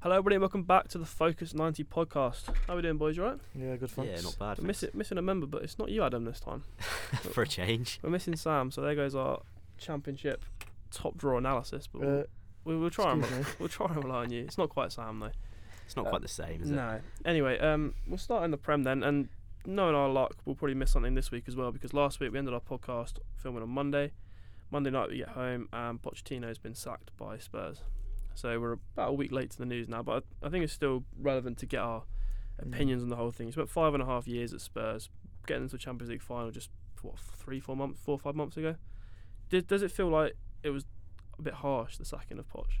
Hello, everybody, and welcome back to the Focus 90 podcast. How we doing, boys? You all right? Yeah, good fun. Yeah, not bad. We're missi- missing a member, but it's not you, Adam, this time. thanks. For a change. We're missing Sam, so there goes our championship top draw analysis. But Uh, we, we'll try and excuse me. we'll try and rely on you. It's not quite Sam though. It's not Uh, quite the same, is it? No. Anyway, um, we'll start in the Prem then, and knowing our luck, we'll probably miss something this week as well because last week we ended our podcast filming on Monday. Monday night we get home, and Pochettino's been sacked by Spurs, so we're about a week late to the news now. But I, I think it's still relevant to get our Mm. opinions on the whole thing. He spent five and a half years at Spurs, getting into a Champions League final just what three, four months, four, five months ago. Did, does it feel like it was a bit harsh the sacking of Poch?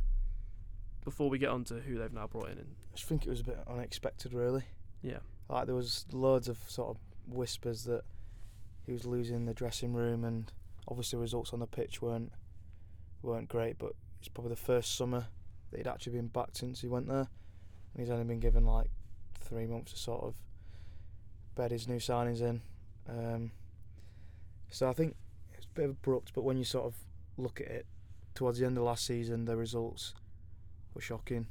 Before we get on to who they've now brought in, and I just think it was a bit unexpected, really. Yeah. Like there was loads of sort of whispers that he was losing the dressing room, and obviously results on the pitch weren't weren't great. But it's probably the first summer that he'd actually been back since he went there, and he's only been given like three months to sort of bed his new signings in. Um, so I think it's a bit abrupt, but when you sort of look at it towards the end of last season, the results were shocking.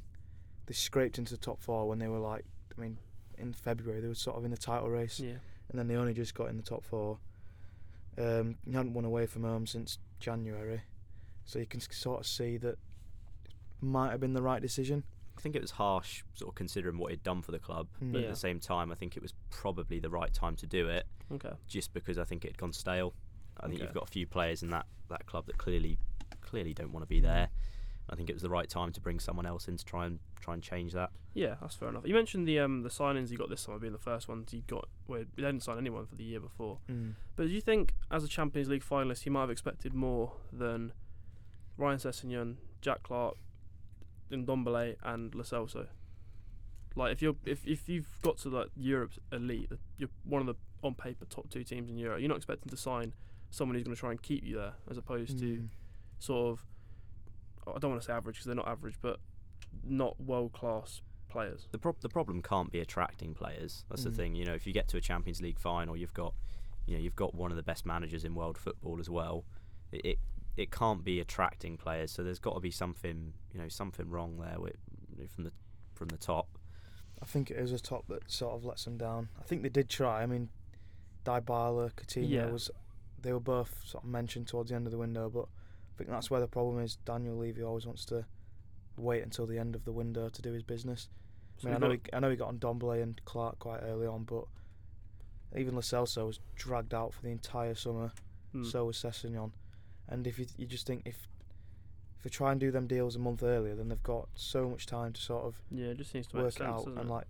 They scraped into the top four when they were like, I mean, in February they were sort of in the title race, yeah, and then they only just got in the top four. Um, he hadn't won away from home since January, so you can s- sort of see that it might have been the right decision. I think it was harsh, sort of considering what he'd done for the club. Mm. But Yeah. at the same time, I think it was probably the right time to do it, okay. just because I think it had gone stale. I think Okay. you've got a few players in that, that club that clearly clearly don't want to be there. I think it was the right time to bring someone else in to try and try and change that. Yeah, that's fair enough. You mentioned the um the signings you got this summer being the first ones you got. Well, they didn't sign anyone for the year before. Mm. But do you think, as a Champions League finalist, you might have expected more than Ryan Sessegnon, Jack Clark, Ndombele, and Lo Celso? Like, if you're if, if you've got to like Europe's elite, the- you're one of the on paper top two teams in Europe. You're not expecting to sign someone who's going to try and keep you there, as opposed to Mm. sort of I don't want to say average because they're not average, but not world class players. The prob- the problem can't be attracting players. That's Mm. the thing. You know, if you get to a Champions League final, you've got, you know, you've got one of the best managers in world football as well. It it, it can't be attracting players. So there's got to be something, you know, something wrong there with, you know, from the from the top. I think it was a top that sort of lets them down. I think they did try. I mean, Dybala, Coutinho Yeah. was, they were both sort of mentioned towards the end of the window, but I think that's where the problem is. Daniel Levy always wants to wait until the end of the window to do his business. I, So mean, I we've know got- he, I know he got on Dombley and Clark quite early on, but even Lo Celso was dragged out for the entire summer. Mm. So was Sessegnon. And if you you just think if if they try and do them deals a month earlier, then they've got so much time to sort of yeah, it just seems to make work it sense, out. doesn't And it? like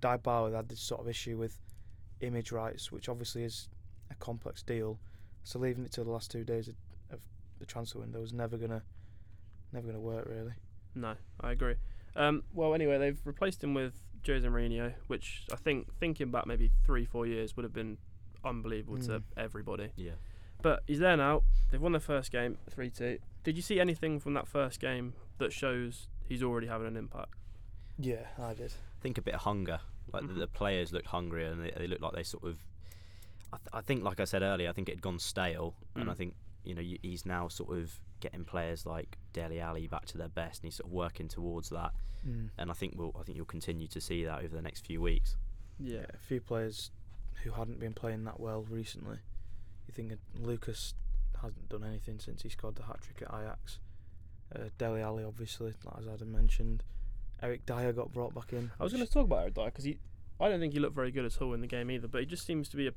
Dybala had this sort of issue with image rights, which obviously is a complex deal. So leaving it to the last two days of, of the transfer window is never gonna never gonna work really. No, I agree. Um, well, anyway, they've replaced him with Jose Mourinho, which I think, thinking back maybe three, four years, would have been unbelievable to Mm. everybody. Yeah. But he's there now. They've won their first game, 3 2. Did you see anything from that first game that shows he's already having an impact? Yeah, I did. I think a bit of hunger. Like Mhm. the, the players looked hungry and they, they looked like they sort of. I, th- I think, like I said earlier, I think it had gone stale, and I Mm. think you know y- he's now sort of getting players like Deli Ali back to their best, and he's sort of working towards that. Mm. and I think we'll I think you'll continue to see that over the next few weeks. Yeah. a few players who hadn't been playing that well recently. You think that Lucas hasn't done anything since he scored the hat trick at Ajax. Uh, Deli Ali, obviously, like as Adam mentioned. Eric Dyer got brought back in. I was which- going to talk about Eric Dyer because he, I don't think he looked very good at all in the game either, but he just seems to be a,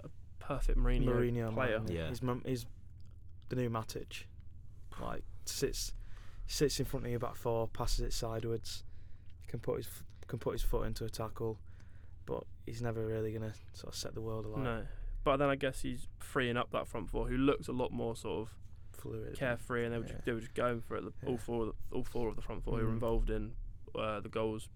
a perfect Mourinho, Mourinho player. Man, Yeah. He's, mum- he's the new Matic. Like sits sits in front of your back four, passes it sideways, can put his f- can put his foot into a tackle, but he's never really gonna sort of set the world alight. No. But then I guess he's freeing up that front four, who looked a lot more sort of Fluid. carefree, and they were, just, Yeah. they were just going for it. The, All Yeah. four, of the, all four of the front 4 who were Mhm. involved in uh, the goals,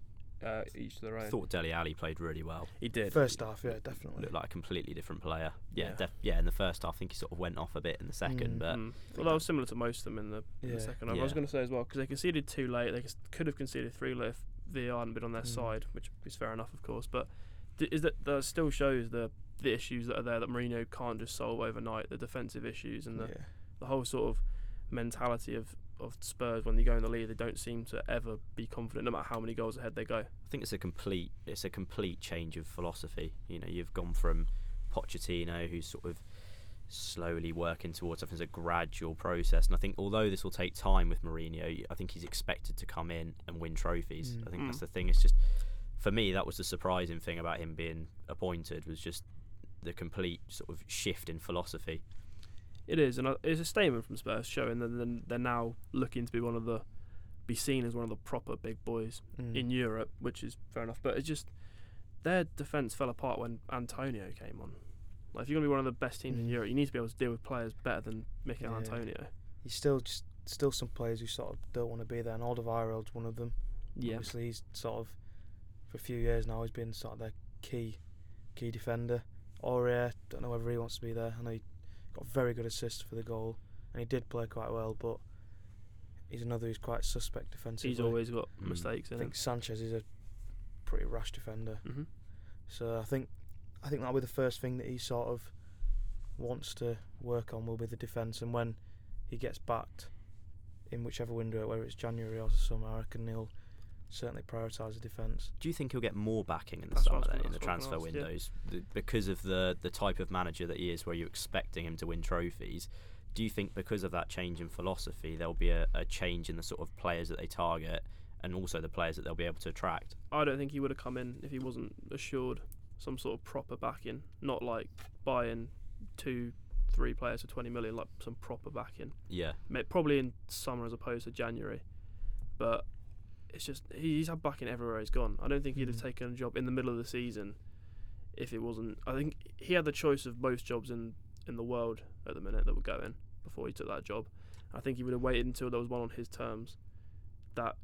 uh, each to their I own. thought Deli Ali played really well. He did. First half, yeah, definitely. Looked like a completely different player. Yeah, Yeah. yeah. Def- yeah. In the first half, I think he sort of went off a bit in the second, Mm. but Mm. Well, that was similar to most of them in the, in the Yeah. second half. I was Yeah. going to say as well because they conceded two late. They c- could have conceded three late if VAR hadn't been on their Mm. side, which is fair enough, of course. But d- is that that still shows the the issues that are there that Mourinho can't just solve overnight. The defensive issues and the Yeah. the whole sort of mentality of of Spurs when they go in the lead. They don't seem to ever be confident, no matter how many goals ahead they go. I think it's a complete it's a complete change of philosophy. You know, you've gone from Pochettino, who's sort of slowly working towards something as a gradual process. And I think although this will take time with Mourinho, I think he's expected to come in and win trophies. Mm. I think that's Mm. the thing. It's just for me that was the surprising thing about him being appointed was just the complete sort of shift in philosophy. It is, and I- it's a statement from Spurs showing that then they're now looking to be one of the be seen as one of the proper big boys Mm. in Europe, which is fair enough. But it's just their defense fell apart when Antonio came on. Like if you're gonna be one of the best teams in Mm. Europe, you need to be able to deal with players better than Mikel Yeah. Antonio. He's still just still some players who sort of don't want to be there, and Alderweireld's one of them. Yeah, Obviously, he's sort of for a few years now. He's been sort of their key key defender. Aurier, don't know whether he wants to be there. I know he got a very good assist for the goal, and he did play quite well, but he's another who's quite suspect defensively. he's always got Mm. mistakes I in him. think Sanchez is a pretty rash defender, hmm so I think I think that'll be the first thing that he sort of wants to work on will be the defence, and when he gets backed in whichever window, whether it's January or summer, I reckon he'll certainly prioritise the defence. Do you think he'll get more backing in the That's what I summer was then, gonna- in the that's transfer what I was gonna windows Th- because of the the type of manager that he is, where you're expecting him to win trophies? Do you think because of that change in philosophy, there'll be a, a change in the sort of players that they target and also the players that they'll be able to attract? I don't think he would have come in if he wasn't assured some sort of proper backing, not like buying two, three players for 20 million, like some proper backing. Yeah, Ma- Probably in summer as opposed to January, but it's just he- he's had backing everywhere he's gone. I don't think he'd have Mhm. taken a job in the middle of the season if it wasn't. I think he had the choice of most jobs in in the world at the minute that were going before he took that job. I think he would have waited until there was one on his terms. That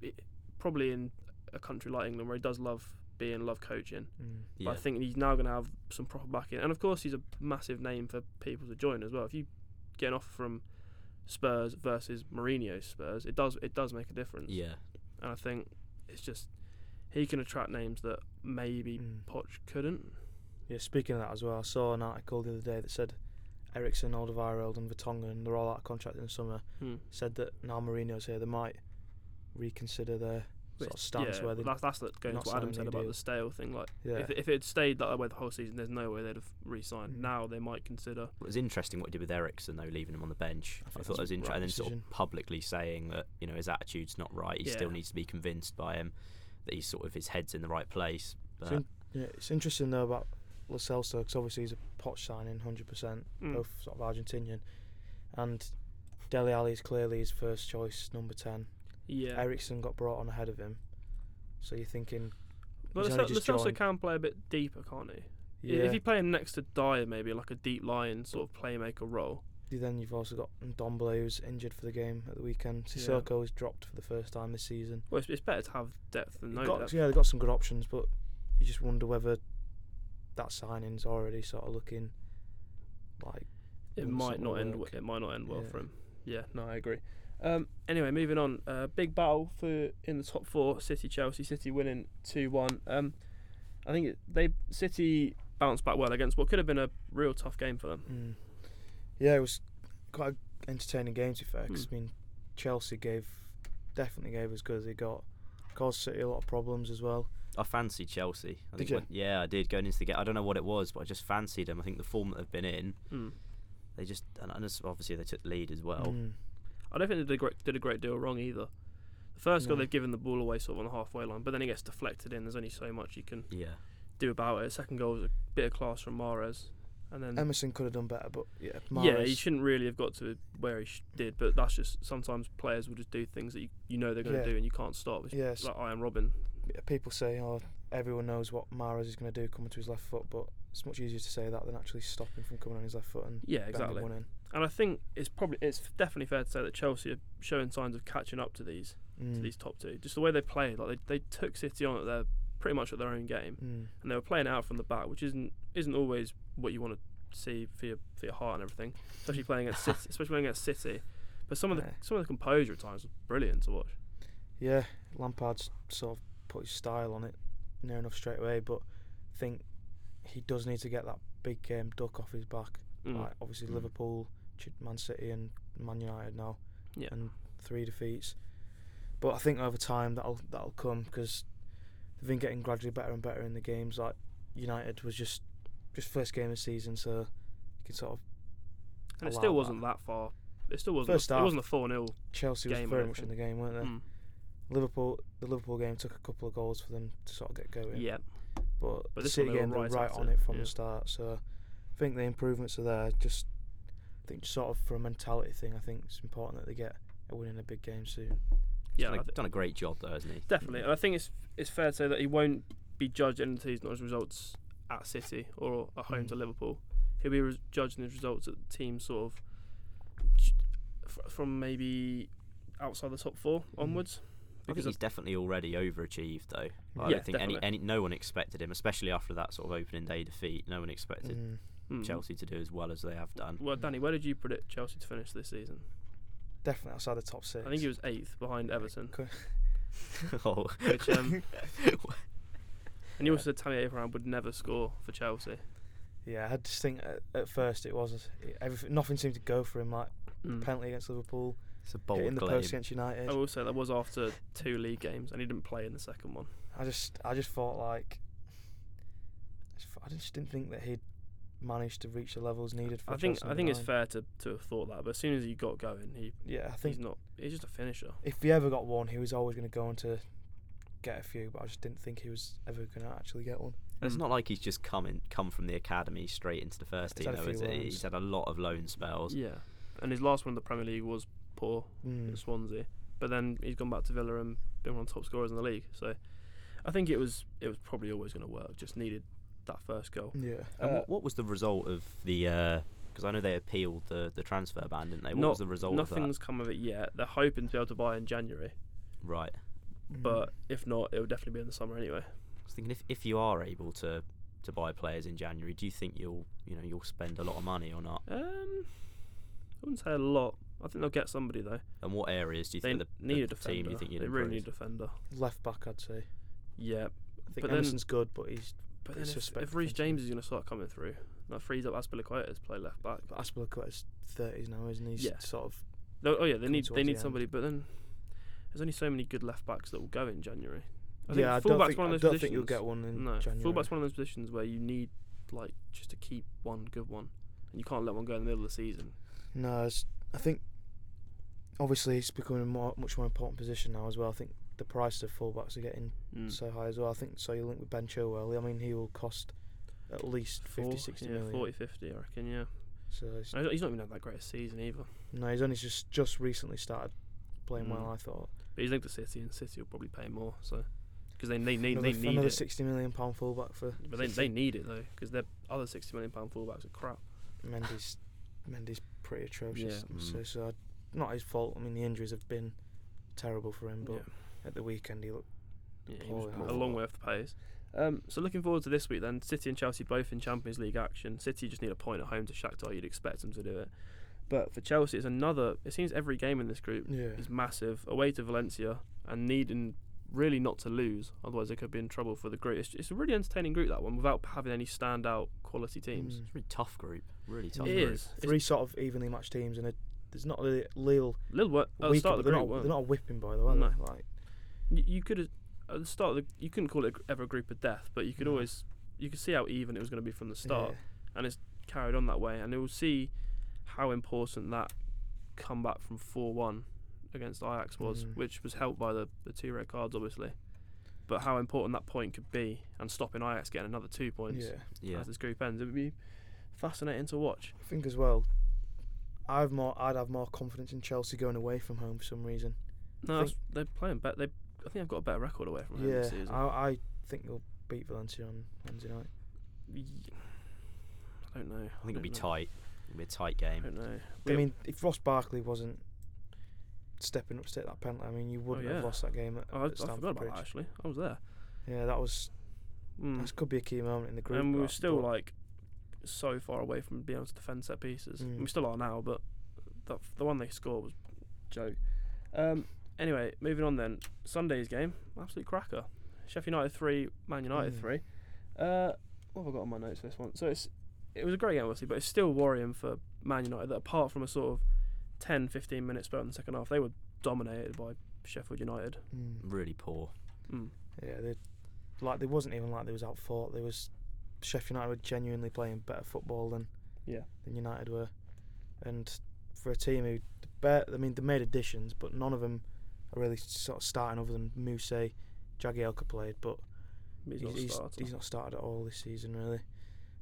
it, probably in a country like England where he does love being, love coaching. Mm. But yeah. I think he's now going to have some proper backing. And of course, he's a massive name for people to join as well. If you get an offer from Spurs versus Mourinho Spurs, it does it does make a difference. yeah. And I think it's just he can attract names that maybe Mm. Poch couldn't. Yeah, speaking of that as well, I saw an article the other day that said Ericsson, Alderweireld, and Vertonghen, they're all out of contract in the summer. Hmm. Said that now Mourinho's here, they might reconsider their sort of stance yeah, where they. that's that's the, going not to what Adam said signing a about deal. the stale thing. Like yeah, if if it had stayed that way the whole season, there's no way they'd have re-signed. Mm. Now they might consider. It was interesting what he did with Ericsson though, leaving him on the bench. I I, think thought that's it was the interesting, right and then sort decision. of publicly saying that you know his attitude's not right. He still Yeah. needs to be convinced by him that he's sort of his head's in the right place. But in- yeah, it's interesting though about Lo Celso because obviously he's a pot signing, hundred percent, Mm. both sort of Argentinian, and Deli Ali is clearly his first choice number ten. Yeah, Ericsson got brought on ahead of him, so you're thinking, but he's Lo Cel- only Lo just Celso joined. can play a bit deeper, can't he? yeah. If you play him next to Dyer, maybe like a deep line sort of playmaker role. Then you've also got Ndombele who's injured for the game at the weekend. Yeah. Sissoko was dropped for the first time this season. Well, it's, it's better to have depth than no Got- depth. yeah, they've got some good options, but you just wonder whether that signing's already sort of looking like It Wouldn't might sort not of end. work. It might not end well Yeah. for him. Yeah, no, I agree. Um, anyway, moving on. Uh, big battle for in the top four. City, Chelsea. City winning two one. Um, I think it, they City bounced back well against what could have been a real tough game for them. Mm. Yeah, it was quite an entertaining game to be fair. 'cause, Mm. I mean, Chelsea gave definitely gave as good as they got. Caused City a lot of problems as well. I fancied Chelsea. I Did think when- yeah, I did going into the game. I don't know what it was, but I just fancied them. I think the form that they've been in, Mm. they just and and it's- obviously they took the lead as well. Mm. I don't think they did a great, did a great deal wrong either. The first goal No. they've given the ball away sort of on the halfway line, but then it gets deflected in. There's only so much you can Yeah, do about it. Second goal was a bit of class from Mares, and then Emerson could have done better, but yeah, Yeah, Um, Mahrez- he shouldn't really have got to where he sh- did, but that's just sometimes players will just do things that you, you know they're going to Yeah. do and you can't stop. It's yes, like Iron Robin. Yeah, people say, oh, everyone knows what Mares is going to do coming to his left foot, but it's much easier to say that than actually stop him from coming on his left foot and Yeah, bending exactly. one in. And I think it's probably it's definitely fair to say that Chelsea are showing signs of catching up to these to Mm, these top two. Just the way they played, like they, they took City on at their pretty much at their own game, mm, and they were playing it out from the back, which isn't isn't always what you want to see for your for your heart and everything, especially playing against City, especially playing against City. But some of the Yeah. some of the composure at times was brilliant to watch. yeah, Lampard's sort of put his style on it near enough straight away, but I think he does need to get that big game duck off his back. Mm. Like obviously Mm. Liverpool, Ch- Man City, and Man United now. Yeah. and three defeats. But I think over time that'll that'll come because they've been getting gradually better and better in the games. Like United was just just first game of the season, so you can sort of and it allow still that. wasn't that far. It still wasn't. First a, half. it wasn't a four mm, 0 Chelsea Game, I was very don't much in think. the game, weren't they? Hmm. Liverpool, the Liverpool game took a couple of goals for them to sort of get going. Yeah, But, But the this one City they were game, they're right right, at on it, it from yeah. the start. So I think the improvements are there. Just I think sort of for a mentality thing, I think it's important that they get a win in a big game soon. yeah, done, I a, thi- done a great job though, hasn't he? definitely. And I think it's it's fair to say that he won't be judged in the season on his results at City or at home Mm. to Liverpool. He'll be re- judged in his results at teams sort of j- f- from maybe outside the top four onwards. I think Because I- he's definitely already overachieved though. I Yeah, don't think any, definitely. any no one expected him, especially after that sort of opening day defeat. No one expected Mm. Mm. Chelsea to do as well as they have done. Well, Danny, where did you predict Chelsea to finish this season? Definitely outside the top six. I think he was eighth behind Everton. oh, Which, um, and you also said Tammy Abraham would never score for Chelsea. Yeah, I just think at, uh, at first it was everything. Nothing seemed to go for him. Like Mm. penalty against Liverpool, it's a bold hitting the claim. post against United. I will say that was after two league games, and he didn't play in the second one. I just I just thought like I just- I just didn't think that he'd managed to reach the levels needed for. I think Chelsea I think it's number nine. fair to, to have thought that, but as soon as he got going, he Yeah, I he's think not. He's just a finisher. if he ever got one, he was always going to go on to get a few. But I just didn't think he was ever going to actually get one. And it's Mm. not like he's just come in, come from the academy straight into the first He's team. had a though, few is it? loans. He's had a lot of loan spells. Yeah, and his last one in the Premier League was poor at Mm. Swansea, but then he's gone back to Villa and been one of the top scorers in the league. So I think it was it was probably always going to work. Just needed that first goal. Yeah, And Uh, what, what was the result of the? Because I know they appealed the, the transfer ban, didn't they? What was Not- the result of Nothing's come of it yet. They're hoping to be able to buy in January, that? Right. mm. but if not, it will definitely be in the summer anyway. I was thinking if, if you are able to to buy players in January, do you think you'll you know you'll spend a lot of money or not? Um, I wouldn't say a lot. I think they'll get somebody though. And what areas do you They think the, the need a defender. team you think you'd they really improve? need a defender. left back, I'd say. Yeah, I But think then- Emerson's good, but he's but It's then if, suspect if Reece defensively. James is going to start coming through, that frees up Aspilicueta to play left back. but Aspilicueta's thirties now, isn't he? He's Yeah. sort of No, oh yeah, they Coming need they towards the need end. somebody. But then there's only so many good left backs that will go in January. I think yeah. I don't, fullback's think, one of I those don't positions. think you'll get one in no, January. fullback's one of those positions where you need like just to keep one good one, and you can't let one go in the middle of the season. No, it's, I think obviously it's becoming a more, much more important position now as well. I think the price of fullbacks are getting Mm. so high as well. I think so. You link with Ben Chilwell. I mean, he will cost at least 50, Four- 60 yeah, million. 40, 50, I reckon. Yeah, So it's, And he's not even had that great a season either. no, he's only just just recently started playing well. Mm. I thought But he's linked to City, and City will probably pay more. So because they they need another, they f- need another it. sixty million pound fullback for But they, they need it though, because their other sixty million pound fullbacks are crap. Mendy's. Mendy's pretty atrocious. Yeah. Mm. So, so I, not his fault. I mean, the injuries have been terrible for him. But Yeah, at the weekend, he looked. yeah he was Poor a guy. long way off the pace. Um, so looking forward to this week then. City and Chelsea both in Champions League action. City just need a point at home to Shakhtar. You'd expect them to do it, but for Chelsea, it's another. It seems every game in this group Yeah. is massive. Away to Valencia and needing really not to lose, otherwise they could be in trouble for the group. It's, it's a really entertaining group that one, without having any standout quality teams. Mm. It's a really tough group. Really tough It group. is. It's three sort of evenly matched teams, and a, there's not a little Little what at Oh, the weaker- start of the they're, group. not, weren't they're not a whipping by the way. No. No. Like, you, you could at the start of the, you couldn't call it a gr- ever a group of death, but you could No. always you could see how even it was going to be from the start, yeah. and it's carried on that way. And we'll see how important that comeback from four one against Ajax was, Mm. which was helped by the, the two red cards, obviously. But how important that point could be, and stopping Ajax getting another two points Yeah. Yeah. as this group ends, it would be fascinating to watch. I think as well. I've more. I'd have more confidence in Chelsea going away from home for some reason. No, Think- they're playing better. They, I think they've got a better record away from home yeah, this season. I, I think they'll beat Valencia on Wednesday night. Y- I don't know. I think it'll be don't know. tight. It'll be a tight I game. don't know. But, I Yeah. mean, if Ross Barkley wasn't stepping up to take that penalty, I mean, you wouldn't yeah. have lost that game at, Oh, I, I at forgot Stamford about Bridge. that actually. I was there. Yeah, that was Mm. that could be a key moment in the group. and we were but- still but like so far away from being able to defend set pieces. Mm. We still are now, but the the one they scored was joke. Um, anyway, moving on then. Sunday's game, absolute cracker. Sheffield United three, Man United Mm. three. Uh, what have I got on my notes for this one? So it's it was a great game obviously, but it's still worrying for Man United that apart from a sort of 10, 15 minute spell in the second half, they were dominated by Sheffield United. Mm. really poor. Mm. Yeah, they like they wasn't even like they was out fought. They was Sheffield United were genuinely playing better football than Yeah. than United were, and for a team who bet I mean they made additions, but none of them are really sort of starting other than Muse. Jagielka played, but He's, not a he's, starter. he's not started at all this season really.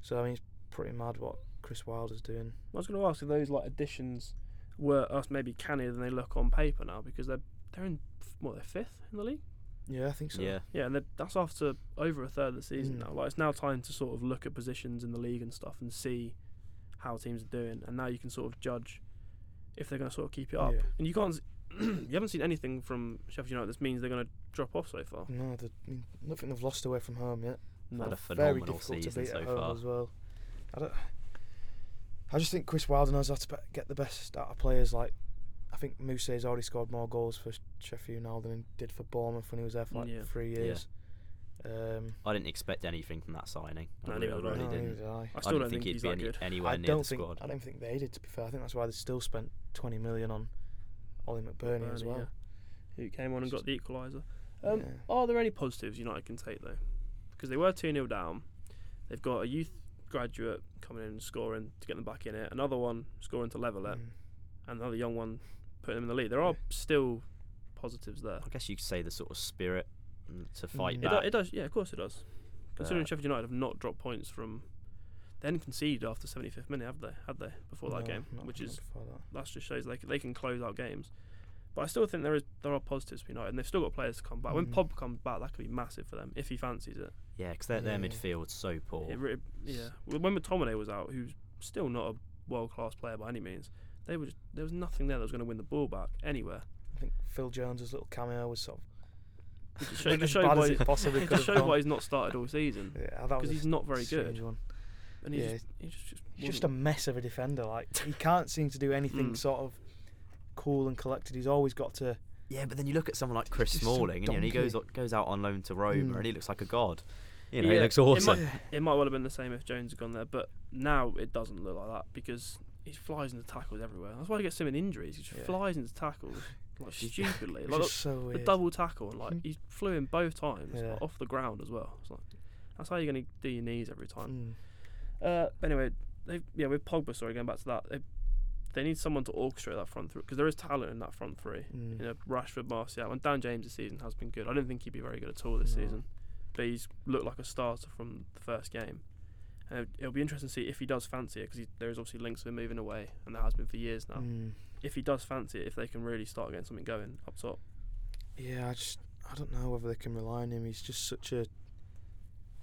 So I mean it's pretty mad what Chris Wilder's doing. I was going to ask if those like additions were us maybe cannier than they look on paper now because they're they're in f- what they're fifth in the league. Yeah, I think so. Yeah, Yeah, and they're- that's after over a third of the season Mm. now. Like it's now time to sort of look at positions in the league and stuff and see how teams are doing, and now you can sort of judge if they're going to sort of keep it up. Yeah. And you can't, s- you haven't seen anything from Sheffield United that means they're going to drop off so far. No, the, I mean, nothing they've lost away from home yet. had a No, Very phenomenal difficult to season beat so at home far. as well. I don't. I just think Chris Wilder knows how to be- get the best out of players. Like, I think Moussa has already scored more goals for Sheffield now than he did for Bournemouth when he was there for like Yeah. three Yeah. years. Um, I didn't expect anything from that signing. I No, really, neither I did I. really no, didn't. neither did I. I I still didn't don't think, think he'd he's be that any, good. anywhere I near don't the think squad. I don't think they did. To be fair, I think that's why they still spent twenty million on Ollie McBurney, as Burnley, well. yeah, who came on and got the equaliser. Um, Yeah. Are there any positives United can take though? Because they were two 0 down. They've got a youth graduate coming in and scoring to get them back in it. Another one scoring to level it, Mm. and another young one putting them in the lead. There are Yeah. still positives there. I guess you could say the sort of spirit mm, to fight It, Mm. back. do, it does, yeah, of course it does. Considering But- Sheffield United have not dropped points from, they didn't concede after 75th minute, have they? Had they before that No, game, not- which not is before that. that just shows they c- they can close out games. But I still think there is there are positives for United, and they've still got players to come back. When Mm. Pob comes back, that could be massive for them if he fancies it. Yeah, because their, their Yeah. midfield's so poor. It re- yeah. Well, When McTominay was out, who's still not a world class player by any means, they were just, there was nothing there that was going to win the ball back anywhere. I think Phil Jones's little cameo was sort It just of show- it went just as showed bad why, as it possibly it could just have showed gone. why he's not started all season Yeah, that was because a he's not very strange good. One. And he Yeah. just, he just, just He's just a wasn't- mess of a defender. Like he can't seem to do anything Mm. sort of cool and collected. He's always got to. Yeah, but then you look at someone like Chris just some Smalling, and, you know, he donkey. goes o- goes out on loan to Roma, Mm. and he looks like a god. You know, Yeah, he looks it might- awesome. it might well have been the same if Jones had gone there, but now it doesn't look like that because he flies into tackles everywhere. That's why he gets so many injuries. He just Yeah. flies into tackles like He's- stupidly. It's like just so the, the weird. double tackle and like Mhm. he flew in both times like, Yeah. off the ground as well. It's like that's how you're gonna do your knees every time. Mm. Uh, but anyway, they yeah with Pogba. Sorry, going back to that, they they need someone to orchestrate that front three because there is talent in that front three. Mm. You know, Rashford, Martial, and Dan James this season has been good. I didn't think he'd be very good at all this No. season, but he's looked like a starter from the first game. And it- it'll be interesting to see if he does fancy it because there is obviously links with him moving away, and there has been for years now. Mm. If he does fancy it, if they can really start getting something going up top, Yeah, I just I don't know whether they can rely on him. He's just such a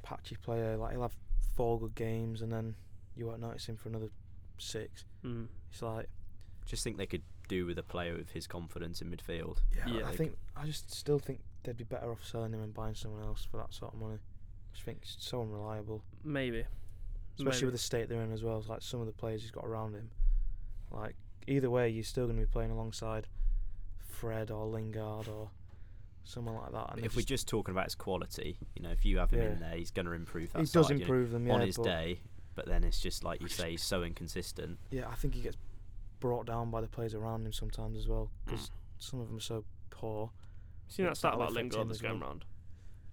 patchy player. Like he'll have four good games and then you won't notice him for another six. mm. It's like Just think they could do with a player with his confidence in midfield. yeah, Yeah, I they think I just still think they'd be better off selling him and buying someone else for that sort of money. I just think it's so unreliable. maybe. especially Maybe. with the state they're in as well. Like some of the players he's got around him, like either way, you're still going to be playing alongside Fred or Lingard or someone like that. But And they if we're just talking about his quality, you know, if you have him Yeah. in there, he's going to improve that. he side, does you know, improve them yeah, on his but day, but then it's just like you say, he's so inconsistent. Yeah, I think he gets brought down by the players around him sometimes as well Mm. because some of them are so poor. Seen that It's stat not about affecting Lingard him that's as well. going round?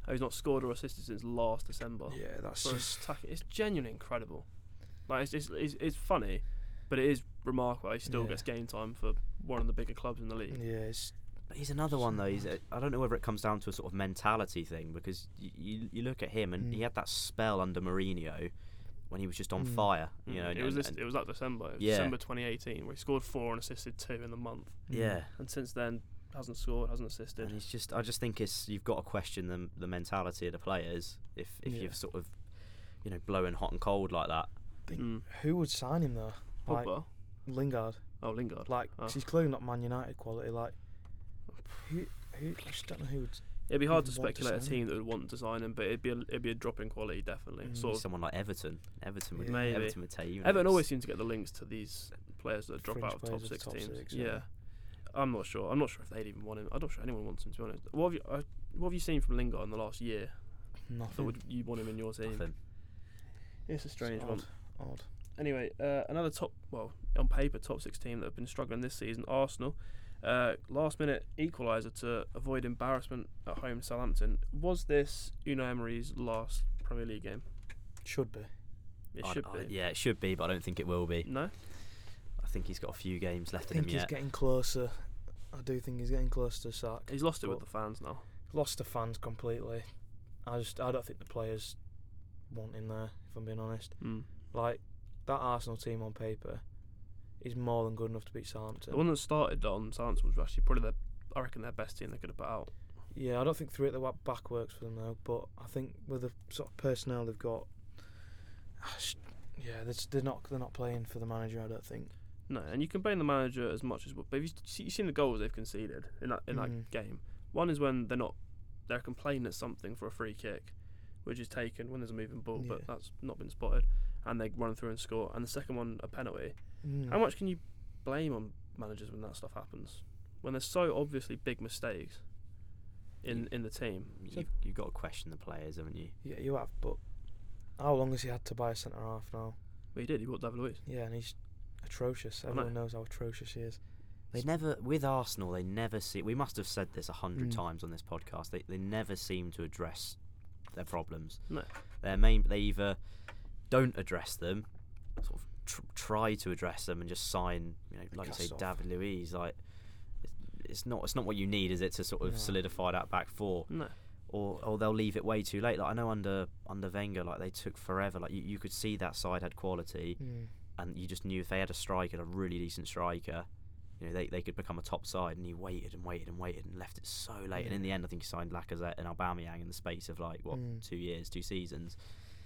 How he's not scored or assisted since last December. yeah, that's For a tack- it's genuinely incredible. Like it's, it's it's it's funny, but it is remarkable. He still Yeah. gets game time for one of the bigger clubs in the league. yeah, it's But he's another one though. He's Mad. a, I don't know whether it comes down to a sort of mentality thing because you you, you look at him and Mm. he had that spell under Mourinho when he was just on Mm. fire. You Mm. know, and- it was and- this, it was that December, it was Yeah. December 2018, where he scored four and assisted two in the month, mm, yeah. and since then hasn't scored, hasn't And assisted. it's just, I just think it's you've got to question the the mentality of the players if if Yeah. you're sort of, you know, blowing hot and cold like that. think- Mm. who would sign him though? Like Pogba, Lingard, oh Lingard, like Oh. 'cause he's clearly not Man United quality. Like who, who I just don't know who would it'd be hard to wouldn't want to speculate a sign team him. that would want to sign him, but it'd be a, it'd be a drop in quality definitely. Mm. Sort of, Someone like Everton, Everton would Yeah. Maybe. Everton would take you. Everton always seems to get the links to these players that drop Fringe out of top players of the six top teams. six, yeah. yeah. I'm not sure. I'm not sure if they'd even want him. I'm not sure anyone wants him to be honest. What have you uh, What have you seen from Lingard in the last year? That nothing. would you want him in your team? Nothing. It's a strange odd, one. Odd. Anyway, uh, another top well on paper top six team that have been struggling this season, Arsenal. Uh, last minute equaliser to avoid embarrassment at home to Southampton. Was this Unai Emery's last Premier League game? Should be. It I'd- should I- be. yeah, it should be, but I don't think it will be. No? I think he's got a few games I left in think him he's yet. getting closer. I do think he's getting closer to sack. He's lost it with Well- the fans now. Lost the fans completely. I just I don't think the players want him there. If I'm being honest, Mm. like that Arsenal team on paper is more than good enough to beat Southampton. The one that started on Southampton was actually probably their, I reckon, their best team they could have put out. Yeah, I don't think three at the wa- back works for them though. But I think with the sort of personnel they've got, I s- yeah, they're, s- they're not they're not playing for the manager. I don't think. No, and you can blame the manager as much as well. But if you see, you've seen the goals they've conceded in that in Mhm. that game. One is when they're not they're complaining at something for a free kick, which is taken when there's a moving ball, Yeah. but that's not been spotted, and they run through and score. And the second one, a penalty. Mm. How much can you blame on managers when that stuff happens? When there's so obviously big mistakes in in the team. You've, you've got to question the players, haven't you? Yeah, you have. But how long has he had to buy a centre half now? Well, he did. He bought David Luiz. Yeah, and he's atrocious. I know. Everyone knows how atrocious he is. They never, with Arsenal, they never see. We must have said this a hundred Mm. times on this podcast. They, they never seem to address their problems. No. Their main, they either don't address them, sort of tr- try to address them, and just sign, you know, like you say, Cast off. David Luiz. Like, it's- it's not, it's not what you need, is it, to sort of No. solidify that back four, No. or or they'll leave it way too late. Like I know under under Wenger, like they took forever. Like you, you could see that side had quality Mm. and you just knew if they had a striker, a really decent striker, you know, they, they could become a top side. And he waited and waited and waited and left it so late. And in the end, I think he signed Lacazette and Aubameyang in the space of like what Mm. two years, two seasons.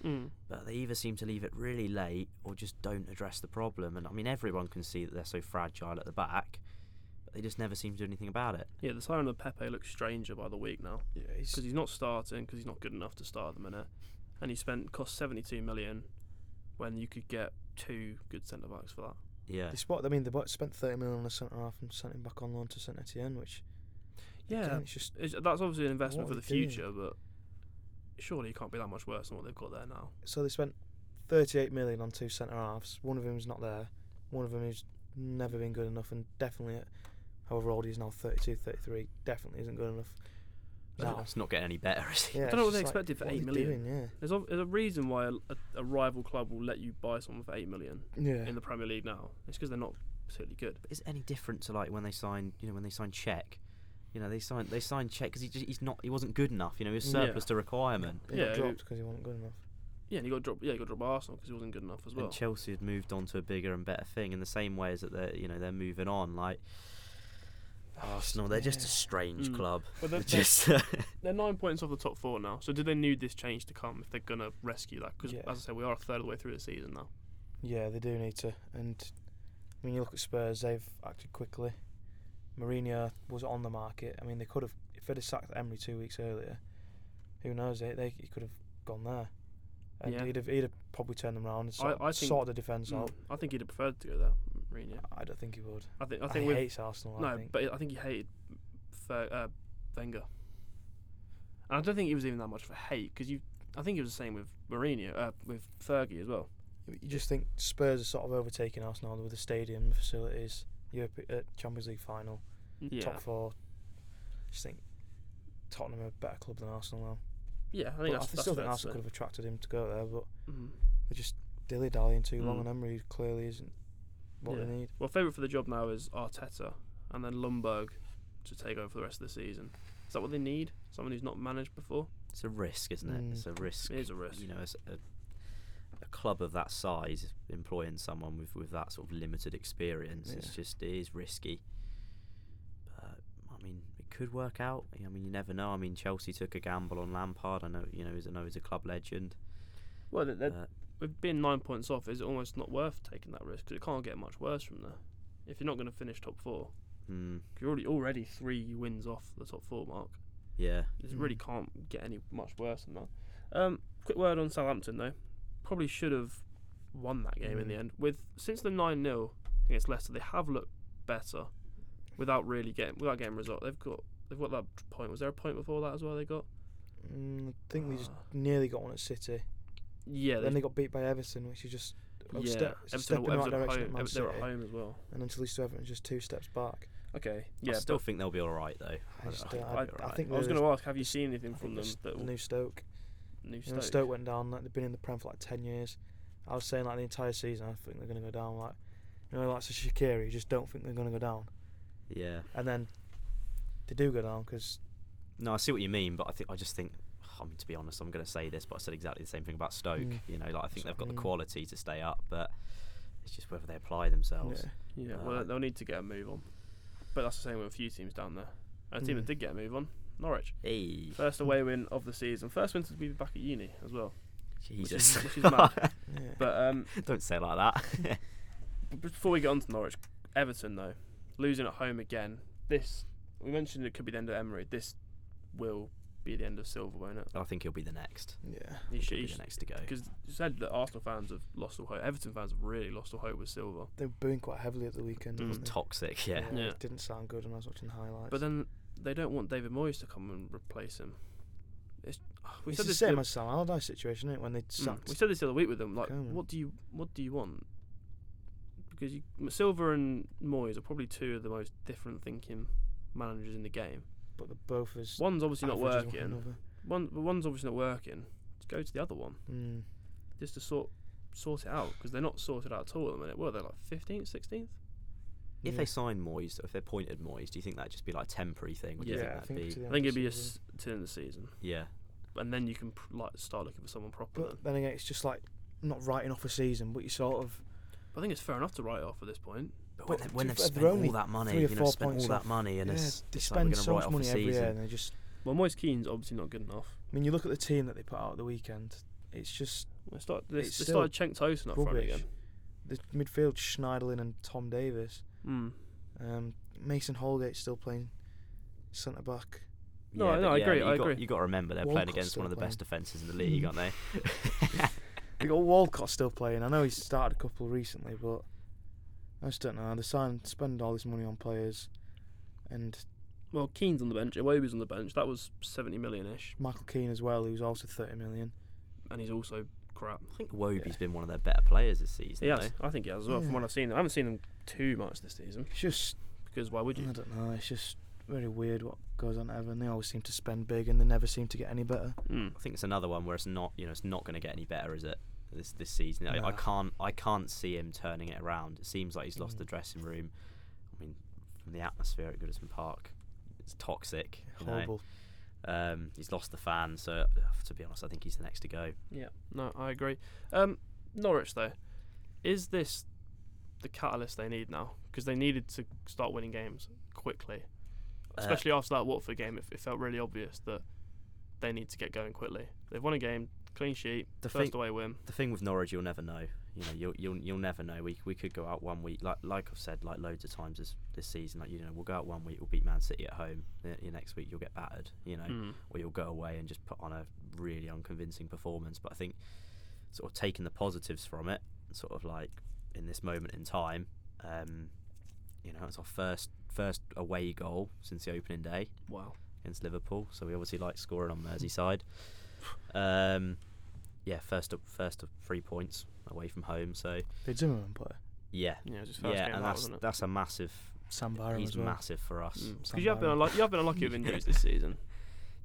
Mm. But they either seem to leave it really late or just don't address the problem. And I mean, everyone can see that they're so fragile at the back, but they just never seem to do anything about it. Yeah, the signing of Pepe looks stranger by the week now. Yeah, he's because he's not starting because he's not good enough to start at the minute, and he spent cost seventy two million when you could get two good centre backs for that. Yeah, they spot. I mean, they bought- spent thirty million on a centre half and sent him back on loan to Saint Etienne, which Yeah, again, it's just it's, that's obviously an investment What for the are they doing? future, but surely it can't be that much worse than what they've got there now. so they spent thirty eight million on two centre halves. One of them's not there. One of them who's never been good enough, and definitely, at however old he is now, 32, 33, definitely isn't good enough. No. it's not getting any better, is it? Yeah, I it's don't know what just they like, expected for what are eight they million. doing? Yeah. There's a, there's a reason why a, a, a rival club will let you buy someone for eight million Yeah. in the Premier League now. It's because they're not particularly good. But is it any different to like when they signed, you know, when they signed Czech? You know, they signed they signed Czech because he just, he's not he wasn't good enough. You know, he was Yeah. surplus to requirement. He Yeah, got it- dropped because he wasn't good enough. Yeah, and he got dropped. Yeah, he got dropped by Arsenal because he wasn't good enough as well. And Chelsea had moved on to a bigger and better thing in the same way as that they're you know they're moving on. Like Arsenal, Oh, they're just a Yeah. strange Mm. club. But they're, They're they're, just yeah, they're nine points off the top four now. So do they need this change to come if they're gonna rescue that? Because Yeah. as I said, we are a third of the way through the season now. Yeah, they do need to. And I mean, you look at Spurs; they've acted quickly. Mourinho was on the market. I mean, they could have if they'd have sacked Emery two weeks earlier. Who knows? They they he could have gone there, and Yeah. he'd have he'd have probably turned them around and sort, I think- sorted the defense Mm. out. I think he'd have preferred to go there, Mourinho. I don't think he would. I think I I think think he with hates Arsenal. no, I think. but I think he hated Fer, uh, Wenger. And I don't think it was even that much of a hate because you. I think it was the same with Mourinho, uh, with Fergie as well. you just think Spurs are sort of overtaking Arsenal with the stadium, the facilities, Europe uh, Champions League final, Yeah, top four. Just think Tottenham are a better club than Arsenal now. yeah. I But I, think that's, that's still fair think to Arsenal say. could have attracted him to go there, but. Mhm. they're just dilly dallying too long, Mm. and Emery clearly isn't what Yeah. they need. Well, favourite for the job now is Arteta, and then Lundberg to take over for the rest of the season. Is that what they need? Someone who's not managed before. it's a risk, isn't it? Mm. It's a risk. It is a risk. You know, it's a, a club of that size employing someone with with that sort of limited experience. It's Yeah. just it is risky. But I mean, it could work out. I mean, you never know. I mean, Chelsea took a gamble on Lampard. I know, you know, he's, I know he's a club legend. Well, they're, but with being nine points off, is it almost not worth taking that risk? 'Cause it can't get much worse from there. If you're not going to finish top four, mm, you're already already three wins off the top four mark. yeah, It Hmm. really can't get any much worse than that. Um, quick word on Southampton though. Probably should have won that game in the Mm. end. With since the nine 0 against Leicester, they have looked better without really getting without getting a result. They've got they've got that point. Was there a point before that as well? They got Mm, I think they just Ah. nearly got one at City. yeah. then they, they got beat by Everton, which is just a yeah. step, it's a Everton, step in the right Everton at direction home. at Man Ever- they were at City. home as well. and until least Everton just two steps back. Okay. Yeah. I still but think they'll be all right though. I just don't- don't- they'll I- be all I right. think I was there's- going to ask, have you seen anything I from think them it's that the will- new Stoke. new You know, Stoke? Stoke went down. Like, they've been in the Prem for like ten years. I was saying like the entire season, I think they're going to go down. Like, you know, like so Shakiri, you just don't think they're going to go down. yeah. And then they do go down because No, I see what you mean, but I think I just think. I mean, to be honest, I'm going to say this, but I said exactly the same thing about Stoke. Mm. You know, like I think they've got the Mm. quality to stay up, but it's just whether they apply themselves. Yeah, Uh, well, they'll need to get a move on. But that's the same with a few teams down there. A team Hmm. that Mm. did get a move on, Norwich. Hey, First Hmm. away win of the season. First win since we've been back at uni as well. Jesus, Which is, which is mad. yeah. But um, don't say it like that. b- before we get on to Norwich, Everton though, losing at home again. This we mentioned it could be the end of Emery. This will be the end of Silver, won't it? I think he'll be the next. yeah. He He'll should. be the next to go. Because you said that Arsenal fans have lost all hope. Everton fans have really lost all hope with Silver. They were booing quite heavily at the weekend. Mm. weren't It was they? toxic, yeah. Yeah. It didn't sound good when I was watching the highlights. But then they don't want David Moyes to come and replace him. It's, oh, we it's said the this same the- as Sam Allardyce situation, isn't it? When they Mm, sacked. We said this the other week with them. Like, Coleman. what do you what do you want? Because you, Silver and Moyes are probably two of the most different thinking managers in the game. but the both is One's obviously not averages one working. another. One, but one's obviously not working. Just go to the other one Mm. just to sort sort it out because they're not sorted out at all at the minute. Well, they're like fifteenth, sixteenth. If Yeah. they sign Moyes, if they appointed Moyes, do you think that'd just be like a temporary thing? Would you Yeah, think I that'd think be? to the I end think of it'd be a season. s- to end of the season, Yeah, and then you can pr- like start looking for someone proper. then. But then again, it's just like not writing off a season, but you sort of But I think it's fair enough to write it off at this point. but when, But they, to when be they've fair, spent they're only all that money, three or you know, four spent points all that off. money, and yeah, it's, they it's like we're spend going to so write much off the money every year, and season. they just. Well, Moyes Keane's obviously not good enough. I mean, you look at the team that they put out at the weekend. It's just They start they, they It's started Cenk Tosin up front rubbish. again. the midfield: Schneiderlin and Tom Davis. Mm. Um, Mason Holgate's still playing centre back. No, no, but I agree, You I got, agree. You got to remember they're playing Walcott's against one of still the best defences in the league, aren't they? They got Walcott still playing. I know he's started a couple recently, but I just don't know. They sign, spend all this money on players, and Well, Keane's on the bench. Iwobi's on the bench. That was seventy million ish, Michael Keane as well, who's also thirty million. and and he's also crap. I think Wobie's Yeah. been one of their better players this season. Yeah, though. I think he has as well. From Yeah. what I've seen, I haven't seen him too much this season It's just because why would I you? don't know. It's just very weird what goes on at Everton. They always seem to spend big, and they never seem to get any better. Mm. I think it's another one where it's not, you know, it's not going to get any better, is it? This this season, I, I No. can't, I can't see him turning it around. It seems like he's lost the Mm. dressing room. I mean, from the atmosphere at Goodison Park, it's toxic. you know. Horrible. Um, he's lost the fans, so uh, to be honest, I think he's the next to go. Yeah, no, I agree. Um, Norwich though, is this the catalyst they need now? Because they needed to start winning games quickly, Uh, especially after that Watford game. It, it felt really obvious that they need to get going quickly. They've won a game, clean sheet, The first thing- away win. The thing with Norwich, you'll never know. You know, you'll you'll you'll never know. We we could go out one week, like like I've said, like loads of times this this season. Like you know, we'll go out one week, we'll beat Man City at home. The, the next week, you'll get battered. You know, Mm. or you'll go away and just put on a really unconvincing performance. But I think sort of taking the positives from it, sort of like in this moment in time, um, you know, it's our first first away goal since the opening day Wow. against Liverpool. So we obviously like scoring on Merseyside. Um, yeah, first up, first of three points away from home. So Did Zimmerman play? yeah, Yeah, it was his first yeah, game and out, that's wasn't it? Mm. that's a massive. Sam Byron he's as well. massive for us. Because Sam Hmm. you have been Byron. unlucky, you have been unlucky with injuries this season.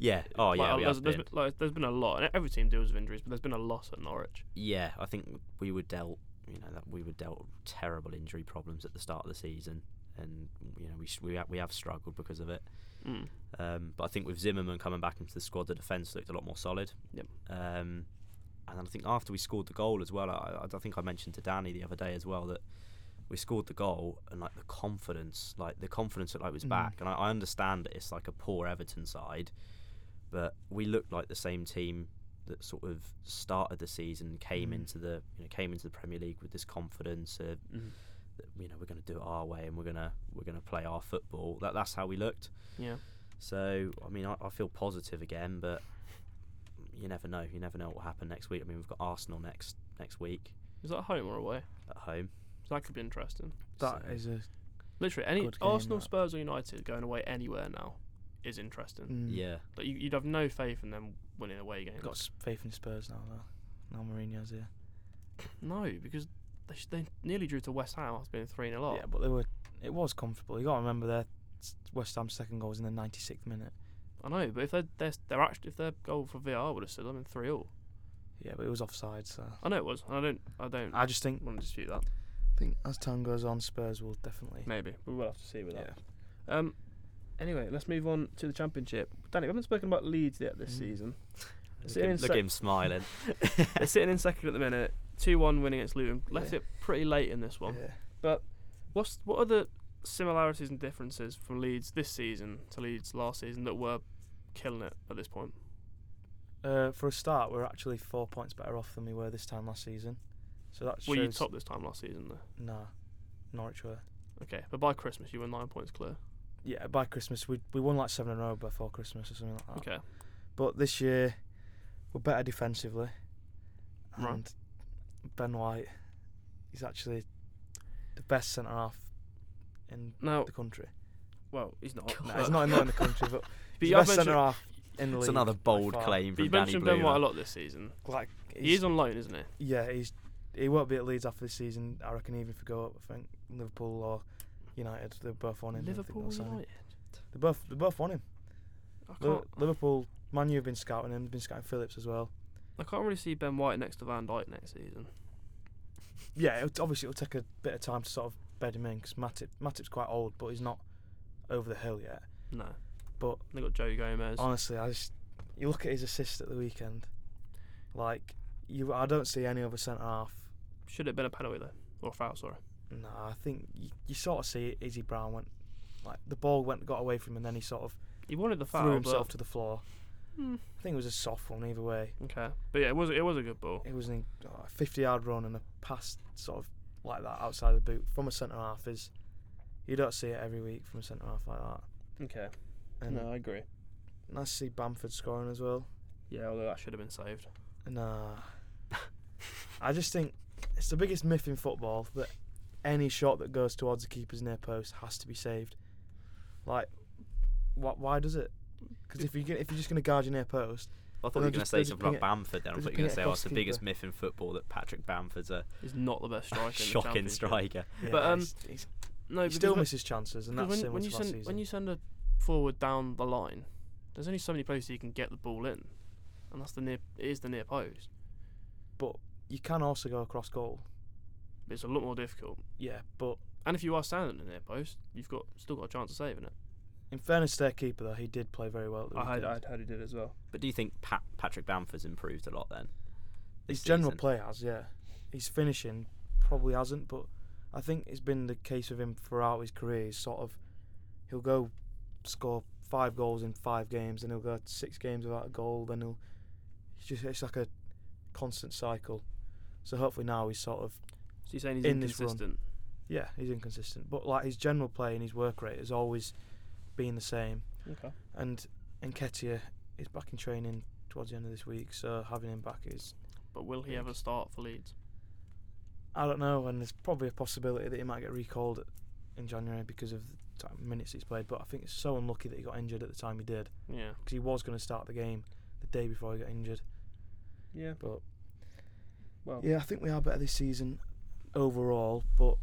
Yeah. Oh Like, yeah. uh, we there's, have there's been. been, like, there's been a lot, and every team deals with injuries, but there's been a lot at Norwich. Yeah, I think we were dealt, you know, that we were dealt terrible injury problems at the start of the season, and you know we sh- we ha- we have struggled because of it. Mm. Um, but I think with Zimmerman coming back into the squad, the defence looked a lot more solid. Yep. Um, and then I think after we scored the goal as well, I, I- I think I mentioned to Danny the other day as well that we scored the goal and like the confidence, like the confidence that like was Mm. back. And I, I understand that it's like a poor Everton side, but we looked like the same team that sort of started the season, came Mm. into the you know came into the Premier League with this confidence of Mm. that, you know we're going to do it our way and we're gonna we're gonna play our football. That that's how we looked. Yeah. So I mean, I, I feel positive again, but you never know. You never know what will happen next week. I mean, we've got Arsenal next next week Is that home or away? at home. So that could be interesting. That so- is a Literally, any Good game, Arsenal, that. Spurs, or United going away anywhere now is interesting. mm, yeah. Like you, you'd have no faith in them winning away games. Got s- faith in Spurs now though. Now Mourinho's here. no, because they, sh- they nearly drew to West Ham after being three 0 up. Yeah, but they were. It was comfortable. You got to remember they're s- West Ham's second goal was in the 96th minute. I know, but if they're, they're, they're actually if their goal for VR would have stood, I mean three all. Yeah, but it was offside. So I know it was. and I don't. I don't. I just think, want to dispute that. think as time goes on, Spurs will definitely. Maybe we will have to see with Yeah. that. Um. Anyway, let's move on to the championship. Danny, we haven't spoken about Leeds yet this Mm. season. Look, Sitting him, in look sec- him smiling. They're sitting in second at the minute, two-one win against Luton. Left Yeah. it pretty late in this one. Yeah. What's what are the similarities and differences from Leeds this season to Leeds last season that were killing it at this point? Uh, for a start, we're actually four points better off than we were this time last season. So that Were you shows- top this time last season though? Nah, Norwich were. Okay, but by Christmas you were nine points clear. Yeah, by Christmas we we won like seven in a row before Christmas or something like that. Okay, But this year, we're better defensively. And Right. Ben White is actually the best centre half in now the country. well he's not. No, but- he's not in the country, but But he's the you have best centre mentioned, half in the It's league another by bold far. claim from you've Danny mentioned Ben White a Blue. lot this season. Like He is on loan, isn't he? Yeah, he's he won't be at Leeds after this season. I reckon even if we go up, I think Liverpool or United, they're both on him. I think Liverpool they'll sign him. United. They both they both on him. I Li- can't, Liverpool, Man U have been scouting him. They've been scouting Phillips as well. I can't really see Ben White next to Van Dijk next season. Yeah, it'll, obviously it'll take a bit of time to sort of bed him in because Matip Matip's quite old, but he's not over the hill yet. No. But- they got Joe Gomez. Honestly, I just you look at his assist at the weekend, like you I don't see any other centre half. Should it have been a penalty though, or a foul? Sorry. No, I think you, you sort of see it. Izzy Brown went like the ball went got away from him and then he sort of He wanted the threw foul, himself but to the floor. Hmm. I think it was a soft one either way. okay. But yeah, it was it was a good ball. It was an- oh, a 50 yard run and a pass sort of like that outside the boot from a centre half is you don't see it every week from a centre half like that. Okay. And I agree. nice to see Bamford scoring as well. Yeah, although that should have been saved. Nah. I just think it's the biggest myth in football that any shot that goes towards the keeper's near post has to be saved. Like, why, why does it? Because if, you get- if you're just going to guard your near post, I Well, thought you they were going to just- say they just something about ping it- Bamford. Then I they just thought you ping it were going to say, "Oh, across it's the the biggest keeper." myth in football that Patrick Bamford's a He's not the best striker. in shocking the Championship. striker." yeah, But, um, he's- he's- No, he because still when- misses chances, and because that's when, similar when you to last send season. when you send a forward down the line, there's only so many places you can get the ball in, and that's the near it is the near post. but you can also go across goal. It's a lot more difficult. Yeah, but And if you are standing in the near post, you've got still got a chance of saving it. in fairness to their keeper, though, he did play very well. At the weekend. heard he did as well. But do you think Pat- Patrick Bamford's improved a lot then? His this general season? play has, yeah. His finishing probably hasn't, but I think it's been the case with him throughout his career. He's sort of he'll go score five goals in five games, then he'll go six games without a goal, then he'll it's just it's like a constant cycle. So hopefully now he's sort of So you're saying he's In this run. inconsistent. yeah, he's inconsistent. But like his general play and his work rate has always been the same. Okay. And Enketia is back in training towards the end of this week, so having him back is But will he ever start for Leeds? I don't know, and there's probably a possibility that he might get recalled in January because of the time, minutes he's played. But I think it's so unlucky that he got injured at the time he did Yeah. because he was going to start the game the day before he got injured. Yeah. But Well. yeah, I think we are better this season overall. But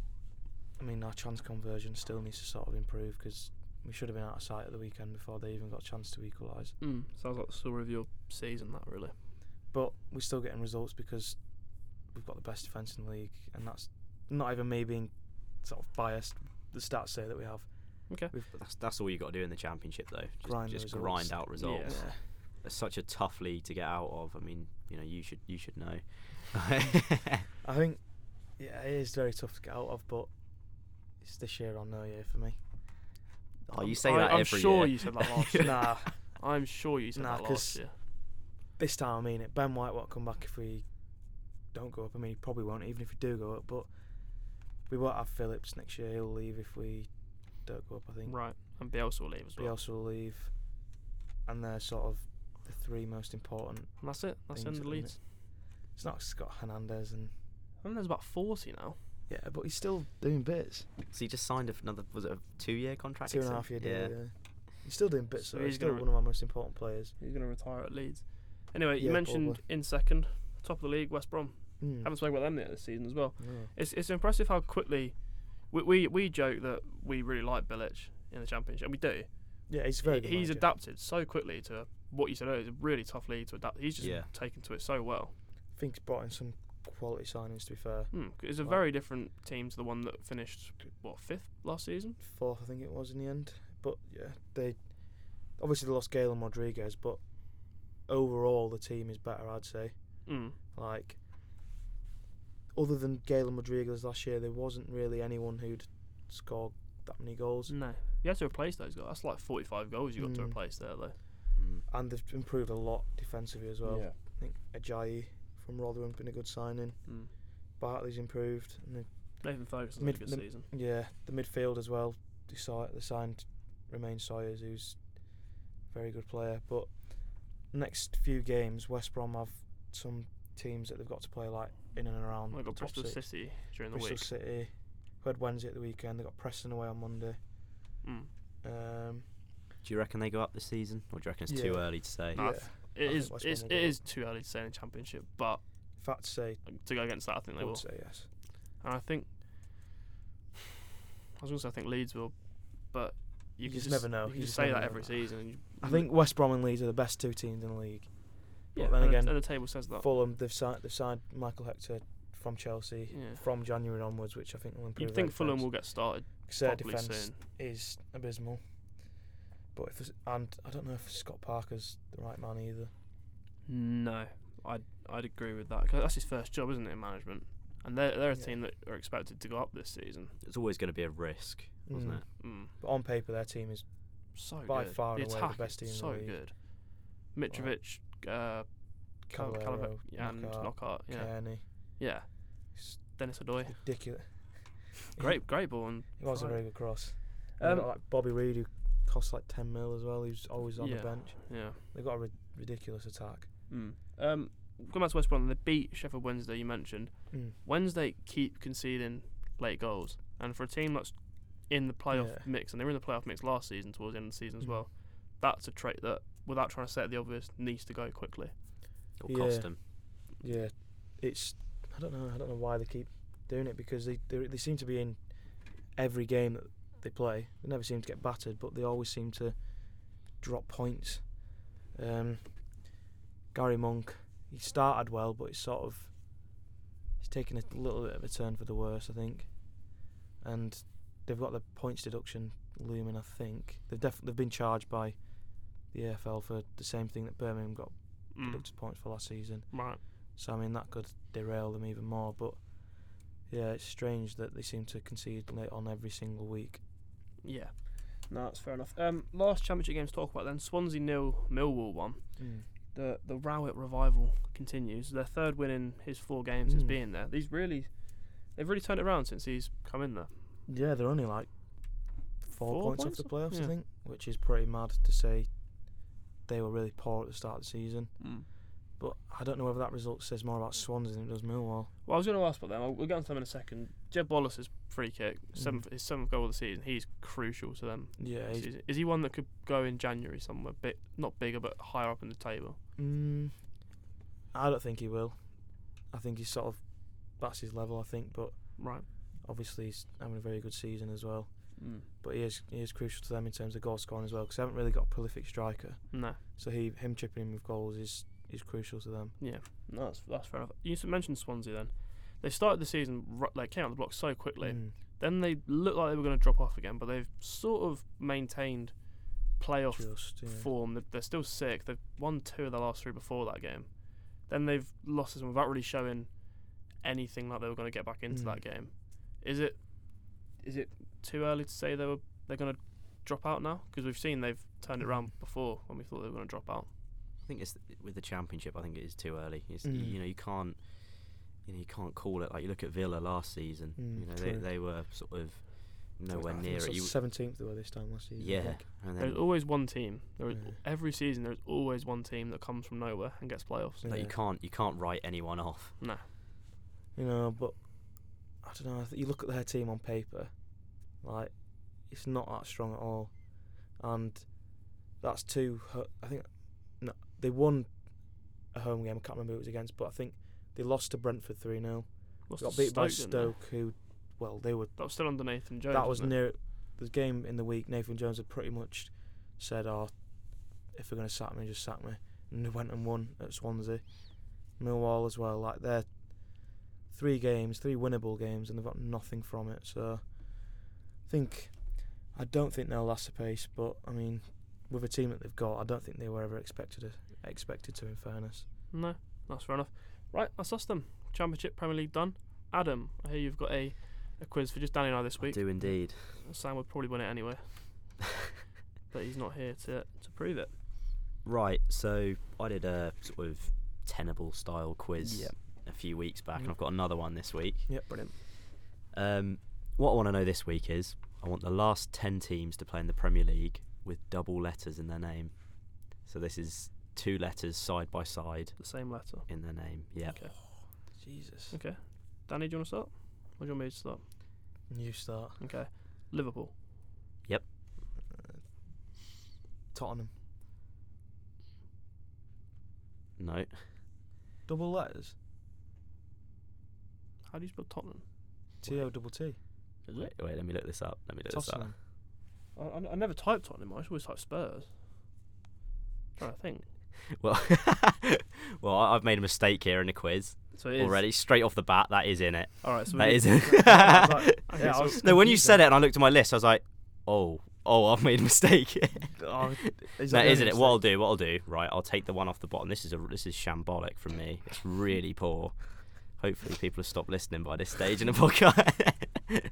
I mean, our chance conversion still needs to sort of improve because we should have been out of sight at the weekend before they even got a chance to equalise. Mm, sounds like the story of your season, that really. But we're still getting results because we've got the best defence in the league, and that's not even me being sort of biased. The stats say that we have. But that's, that's all you got to do in the championship, though. Just Grind grind, the just results. grind out results. Yeah. It's such a tough league to get out of. I mean, you know, you should you should know. I think, yeah, it is very tough to get out of, but it's this year or no year for me. oh, I'm- you say I- that I'm every sure year. you said that last year. nah, I'm sure you said Nah, that last 'cause- year. this time I mean it. Ben White won't come back if we don't go up. I mean, he probably won't, even if we do go up, but we won't have Phillips next year. He'll leave if we don't go up, I think. Right. And Bielsa will leave as well. Bielsa will leave, and they're sort of the three most important. And that's it. That's the end of Things at the minute. Leeds. It's not Scott Hernandez, and I think there's about 40 now. yeah, but he's still doing bits. So you just signed another was it a two year contract? Two and a extension? half year deal. yeah. He's still doing bits, So so, he's he's still gonna one of our most important players. He's going to retire at Leeds. Anyway, you Yeah, mentioned probably. in second, top of the league, West Brom. Mm. Haven't spoken about them yet this season as well. Yeah. It's it's impressive how quickly we, we, we joke that we really like Bilic. in the Championship. And we do. Yeah, he's a very good. He- he's manager. adapted so quickly to what you said earlier. It's a really tough league to adapt. He's just Yeah. taken to it so well. I think he's brought in some quality signings. To be fair, Hmm, It's a Wow. very different team to the one that finished what fifth last season. fourth I think it was in the end. But yeah, they obviously they lost Galen Rodriguez, but overall the team is better. I'd say. Mm. Like, other than Galen Rodriguez last year, there wasn't really anyone who'd scored that many goals, No, you had to replace those guys. That's like forty-five goals you got to Mm. replace there, though. Mm. and they've improved a lot defensively as well. yeah. I think Ajayi from Rotherham's been a good signing. Mm. Bartley's improved, and the, Nathan Ferguson's Mid- had a good the- season. yeah, the midfield as well. They, saw, they signed Romain Sawyers, who's a very good player. But next few games, West Brom have some teams that they've got to play like in and around. I the got top Bristol six. City during the Bristol week. City. We had Wednesday at the weekend. They got Preston away on Monday. Mm. Um, Do you reckon they go up this season, or do you reckon it's too Yeah. early to say? No, I yeah. th- I It think is. West Brom It's, will it go up. is too early to say in the championship, but uh, If I'd say, to go against that, I think I they would will. say yes. And I think I was going to say I think Leeds will, but you, You can just never know. You You can just just say never that know. every season. And you, I think West Brom and Leeds are the best two teams in the league. yeah. then and again, the, and the table says that. Fulham, they've signed, they've signed Michael Hector from Chelsea Yeah. from January onwards, which I think will improve. You'd Mm. think Fulham will get started Their probably defence soon. is abysmal. But if there's- and I don't know if Scott Parker's the right man either. No, I'd I'd agree with that. 'cause that's his first job, isn't it, in management? And they're they're a Yeah. team that are expected to go up this season. It's always going to be a risk, wasn't Mm. it? Mm. But on paper, their team is So By good. far the and away the attack best is team in the so league. good. Mitrovic, uh, Cal- Calero, Calava- and Knockhart, Knockhart. Yeah, Oh, Kearney. yeah. It's Dennis Adoy, ridiculous. great, great ball. And It was a Right. very good cross. Um, Um, like Bobby Reed, who costs like ten mil as well. He's always on Yeah. the bench. yeah. They've got a rid- ridiculous attack. Mm. Um, going back to West Brom, they beat Sheffield Wednesday. You mentioned Mm. Wednesday keep conceding late goals, and for a team that's in the playoff Yeah. mix, and they were in the playoff mix last season towards the end of the season as Mm. well. That's a trait that, without trying to set the obvious, needs to go quickly. It'll Yeah. cost them. Yeah, it's I don't know. I don't know why they keep doing it because they they, they seem to be in every game that they play. They never seem to get battered, but they always seem to drop points. Um, Gary Monk, he started well, but it's sort of he's taken a little bit of a turn for the worse, I think. And they've got the points deduction looming. I think they've def- they've been charged by the AFL for the same thing that Birmingham got Mm. deducted points for last season. Right. So I mean that could derail them even more. But yeah, it's strange that they seem to concede late on every single week. Yeah. No, that's fair enough. Um, last championship games to talk about then Swansea nil, Millwall one. the the Rowett revival continues. Their third win in his four games since Mm. being there. These really, they've really turned it around since he's come in there. Yeah, they're only like four, Four points, points off the off? playoffs, Yeah. I think, which is pretty mad to say. They were really poor at the start of the season, but I don't know whether that result says more about Swansea than it does Millwall. Well, I was going to ask about them. I'll- We'll get on to them in a second. Hmm. Jeb Wallace's free kick, seventh, his seventh goal of the season. He's crucial to them. Yeah, this he's, season. Is he one that could go in January somewhere? Bit not bigger, but higher up in the table. mm, I don't think he will. I think he's sort of that's his level, I think, but Right. obviously he's having a very good season as well. But he is he is crucial to them in terms of goal scoring as well, because they haven't really got a prolific striker. No. So he him chipping in with goals is is crucial to them. Yeah. No, that's that's fair enough. You s- mentioned Swansea then. They started the season. ru- They came out of the block so quickly. Mm. Then they looked like they were going to drop off again, but they've sort of maintained playoff Just, yeah. form. They- They're still sick. They've won two of the last three before that game. Then they've lost this one without really showing anything like they were going to get back into Mm. that game. Is it is it too early to say they were they're going to drop out now? Because we've seen they've turned it Mm. around before when we thought they were going to drop out. I think it's with the championship. I think it is too early. It's, Mm. You know, you can't, you know, you can't call it. Like you look at Villa last season. Mm, you know, they, true. they were sort of nowhere I think near it's it. like You, 17th they were this time last season. I yeah, think. and then There's always one team. There is, Mm. Yeah. every season there's always one team that comes from nowhere and gets playoffs. like, you Yeah. can't you can't write anyone off. No. You know, but I don't know. I think you look at their team on paper, like it's not that strong at all, and that's two. ho- I think no, they won a home game. I can't remember who it was against, but I think they lost to Brentford three 0 Lost Got to beat by Stoke, didn't they? Stoke, who, well, they were That was still under Nathan Jones. that was wasn't it? near the game in the week, Nathan Jones had pretty much said, "Oh, if they're going to sack me, just sack me." And they went and won at Swansea, Millwall as well. Like they're three games, three winnable games, and they've got nothing from it. So I think I don't think they'll last the pace, but I mean, with the team that they've got, I don't think they were ever expected to, expected to. In fairness, No, that's fair enough. Right, that's us then. Championship, Premier League done. Adam, I hear you've got a, a quiz for just Danny and I this I week. do indeed. Sam would probably win it anyway, but he's not here to, to prove it. Right, so I did a sort of tenable style quiz Yep. a few weeks back, Mhm. and I've got another one this week. yeah, Brilliant. Um, what I want to know this week is I want the last 10 teams to play in the Premier League with double letters in their name. So this is two letters side by side The same letter. in their name. Yeah. Okay. Jesus, Okay. Danny, do you want to start? Or do you want me to start? new start, Okay. Liverpool, Tottenham, No. double letters, how do you spell Tottenham? T O double T, Wait, wait, let me look this up. Let me look Tottenham. I, I, I never typed Tottenham, I just always type Spurs. Trying to think. this up. Well, well, I- I've made a mistake here in the quiz So it is. already. Straight off the bat, that is in it. All right, so we That need- is I was like, okay, Yeah, I so- was- No, when you confused said it and I looked at my list, I was like, oh, oh, I've made a mistake. Oh, is No, the isn't only it? mistake? What I'll do, what I'll do, right? I'll take the one off the bottom. This is a this is shambolic from me. It's really poor. Hopefully, people have stopped listening by this stage in the podcast.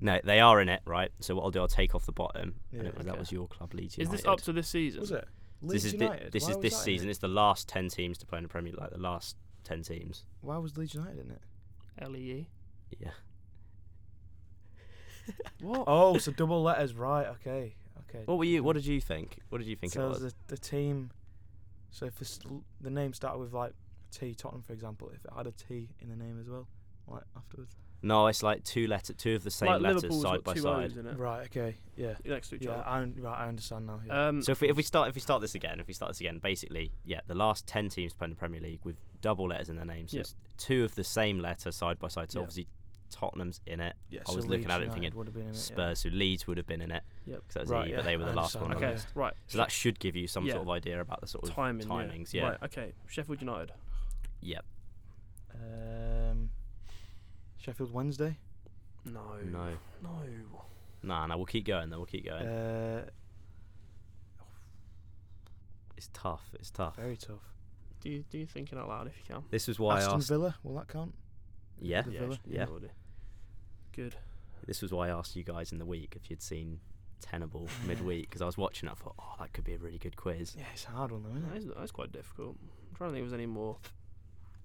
no, they are in it, right? So what I'll do, I'll take off the bottom. and Yeah. it was, That Okay. was your club, Leeds is United. this up to this season? Was it? This Leeds is thi- United. this Why is was this that in season. it? It's the last ten teams to play in the Premier League. Like the last ten teams. Why was Leeds United in it? LEE. Yeah. What? Oh, so double letters, right? Okay, okay. What were you? What did you think? What did you Oh, think so it was? the the team. So if this, l- the name started with like T Tottenham, for example, if it had a T in the name as well, like afterwards. No, it's like two letter, two of the same like letters Liverpool's side got by two side. O's in it Right. Okay. Yeah. next to each Yeah. I un- right. I understand now. Yeah. other. Um, So if we, if we start if we start this again, if we start this again, basically, yeah, the last ten teams playing the Premier League with double letters in their names, so Yeah. it's two of the same letter side by side. So Yeah. obviously, Tottenham's in it, yeah, was looking at it and thinking, would have been in it, yeah. Spurs, who Leeds would have been in it, Yep. 'cause that was Right, E, yeah, but they were I the last one. understand on that. the okay, list. right. So that should give you some Yeah. sort of idea about the sort of timing. yeah. timings. Yeah, Right. Okay. Sheffield United. Yep. Um, Sheffield Wednesday. No. No, No. nah, nah. We'll keep going. though. We'll keep going. Uh, it's tough. It's tough. very tough. Do you do you thinking out loud if you can? This is why I Aston asked. Villa. Will that count? Yeah, The yeah. Villa? sh- Yeah. will do. Good. this was why I asked you guys in the week if you'd seen Tenable midweek because I was watching. it, I thought, oh, that could be a really good quiz. Yeah, it's a hard one though, Mm. isn't That it? is, that is quite difficult. I'm trying to think if there's any more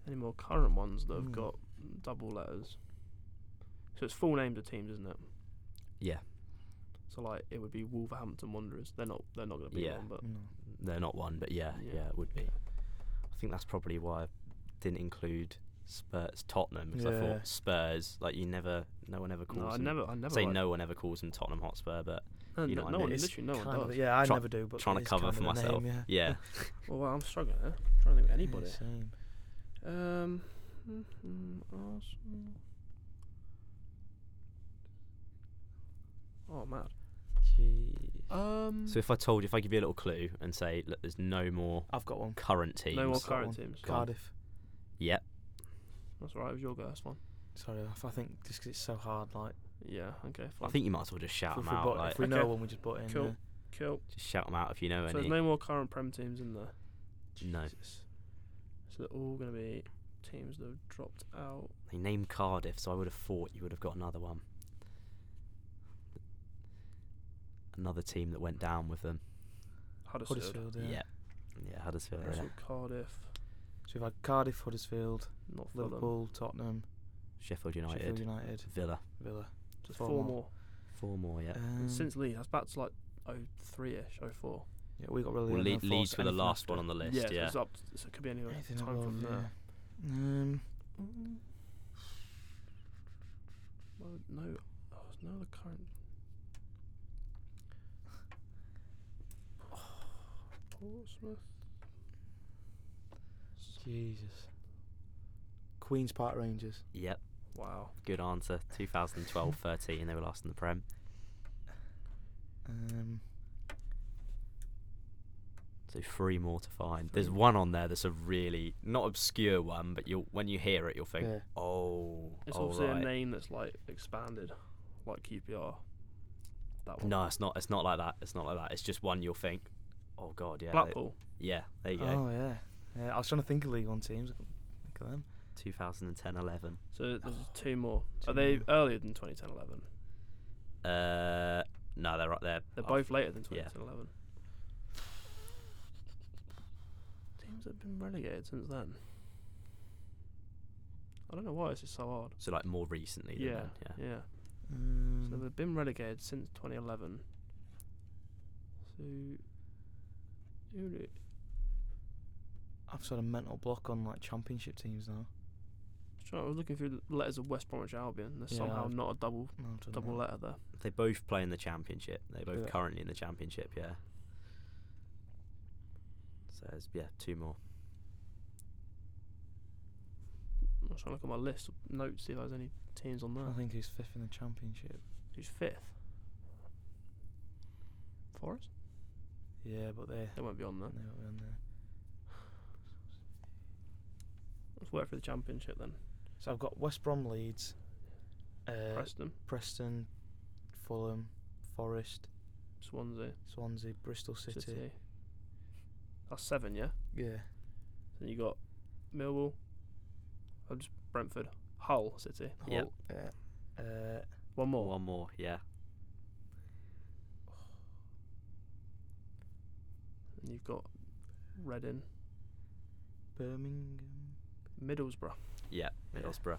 any more current ones that have Mm. got double letters. So it's full names of teams, isn't it? Yeah. So like it would be Wolverhampton Wanderers. They're not they're not gonna be Yeah. one, but No. They're not one, but yeah, Yeah. yeah, it would be. I think that's probably why I didn't include Spurs, Tottenham, because I Yeah. thought Spurs, like you never, no one ever calls no, I them. never I never say like- no one ever calls them Tottenham Hotspur, but No, you know no, what I no mean? one It's literally no one Kind of, does. yeah, I Try- never do, but trying to it is cover kind for of the myself. Name, yeah. yeah, Well, well, I'm struggling. eh? Huh? trying to think of anybody. Yeah, same. Um, mhm, Arsenal. Oh, mad. Gee. Um, so if I told you, if I give you a little clue and say, look, there's no more I've got one. current teams. no more got current one. teams. Go on. Cardiff. Yep, That's all right. It was your first one. Sorry, I f- I think just 'cause it's so hard, like Yeah. Okay. I Fine. think you might as well just shout if them we, out. bought- Like, if we know Okay. one, we just put it in. Cool. yeah. Cool. just shout them out if you know So any. there's no more current Prem teams in there. No. Jesus. So they're all going to be teams that have dropped out. They named Cardiff, so I would have thought you would have got another one. Another team that went down with them. Huddersfield. Huddersfield. Yeah, Yeah. yeah, Huddersfield. yeah. Huddersfield, Cardiff. So we've had Cardiff, Huddersfield, Not Fulham. Liverpool, Tottenham, Sheffield United, Sheffield United, Villa. Villa. So four four, more. more. Four more, yeah. Um, And since Leeds, that's back to like 03 ish, 04. yeah, we got really. well, no Le- force Leeds were the anything last after one on the list, so yeah. it's up. So it could be anywhere. Anything time above, from yeah. there. Um, Well, no, oh, there's no other current. Portsmouth. Jesus. Queens Park Rangers. Yep, Wow. good answer. 2012 13, they were last in the Prem. Um, So three more to find. There's Three. one on there that's a really not obscure one, but you'll when you hear it, you'll think, Yeah. "Oh, It's all obviously right." a name that's like expanded, like QPR. That one. No, it's not. It's not like that. It's not like that. It's just one you'll think, "Oh God, yeah, they- Blackpool. yeah." There you go. Oh yeah. yeah. I was trying to think of League One teams. I couldn't think of them. 2010 11. So there's two more. Two Are they more. earlier than 2010-11? Uh, no, they're right there. They're both later than yeah. 2010-11. Teams that have been relegated since then. I don't know why it's just so hard. So, like, more recently than Yeah, then, yeah. yeah. Mm. Um, So they've been relegated since 2011. So who do- I've sort of mental block on like Championship teams now. just trying- I was looking through the letters of West Bromwich Albion. There's Yeah, somehow I've- not a double No, I've done double Mm-hmm. that. letter there. They both play in the Championship. They're both Yeah. currently in the Championship, yeah. So, there's, yeah, two more. I was trying to look at my list of notes, see if there's any teams on I there. think he's fifth in the Championship. Who's fifth? Forest? Yeah, but they They won't be on there. they were in there. Let's work for the championship then. So I've got West Brom, Leeds, uh, Preston, Preston, Fulham, Forest, Swansea, Swansea, Bristol City. City. That's seven, yeah. Yeah. Then you got Millwall. i just Brentford, Hull, City. Yeah. Hull. Yeah. Uh, One more. One more, yeah. And you've got Reading, Birmingham. Middlesbrough. Yeah, Yeah. Middlesbrough.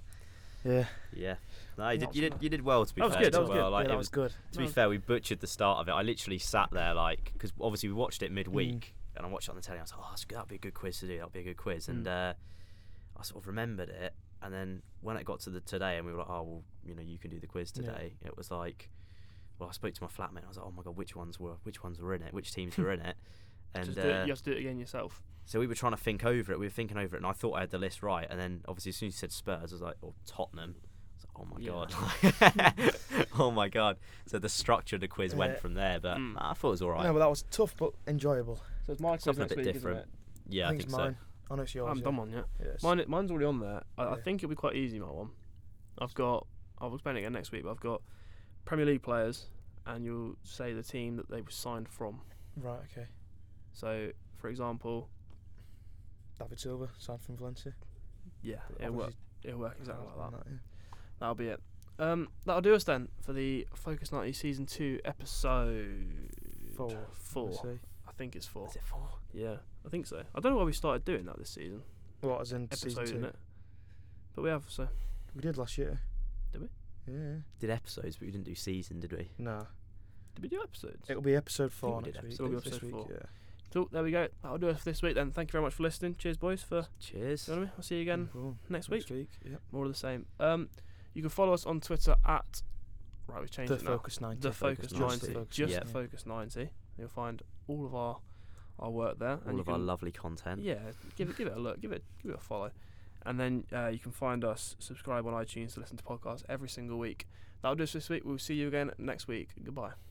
Yeah. Yeah. No, That you did, was you did good. you did well to be That was fair. good, that to was well, good. Like, yeah, it that was- was good. to be No. fair, we butchered the start of it. I literally sat there like because obviously we watched it midweek, Mm. and I watched it on the telly. I was like, "Oh, that's, that'd be a good quiz to do. That'd be a good quiz." And uh, I sort of remembered it. And then when it got to the today, and we were like, "Oh, well, you know, you can do the quiz Yeah. today." It was like, well, I spoke to my flatmate. I was like, "Oh my god, which ones were which ones were in it? Which teams were in it?" And Just do uh, it, you have to do it again yourself. so we were trying to think over it. We were thinking over it, and I thought I had the list right. And then obviously, as soon as you said Spurs, I was like, "Oh, Tottenham." I was like, oh my god! oh my god! So the structure of the quiz went Yeah. from there, but Mm. I thought it was all right. No, but that was tough but enjoyable. So it's my quiz Something a next bit week, different. isn't it? yeah, I think, it's so. mine. Oh, no, it's yours. I haven't yeah. done one yet. Yeah, it's- Mine, mine's already on there. I, I Yeah. think it'll be quite easy, my one. I've got, I'll explain it again next week, but I've got Premier League players, and you'll say the team that they were signed from. Right, okay. So, for example, David Silva, signed from Valencia. yeah, But it'll work, obviously it'll work exactly Carl's like done that. yeah. That'll be it. Um, that'll do us then for the Focus 90 Season 2 episode Four, I 4. see. I think it's 4. Is it four? Yeah, I think so. I don't know why we started doing that this season. What, as in Episode, season isn't two? it? But we have, so. We did last year. Did we? Yeah. Did episodes, but we didn't do season, did we? No. Did we do episodes? It'll be episode four we did next week. episode- It'll be this episode week, four. yeah. Cool, there we go. That'll do us for this week then. Thank you very much for listening. Cheers, boys, for Cheers. joining me. I'll see you No again problem. next week. Next week, yep. More of the same. Um, you can follow us on Twitter at. Right, we've changed The it now. Focus 90. the Focus Just 90. the Focus Just 90. the Focus 90. You'll find all of our our work there. and All you of our can- lovely content. Yeah, give it give it a look, give it give it a follow, and then uh, you can find us subscribe on iTunes to listen to podcasts every single week. That'll do us this week. We'll see you again next week. Goodbye.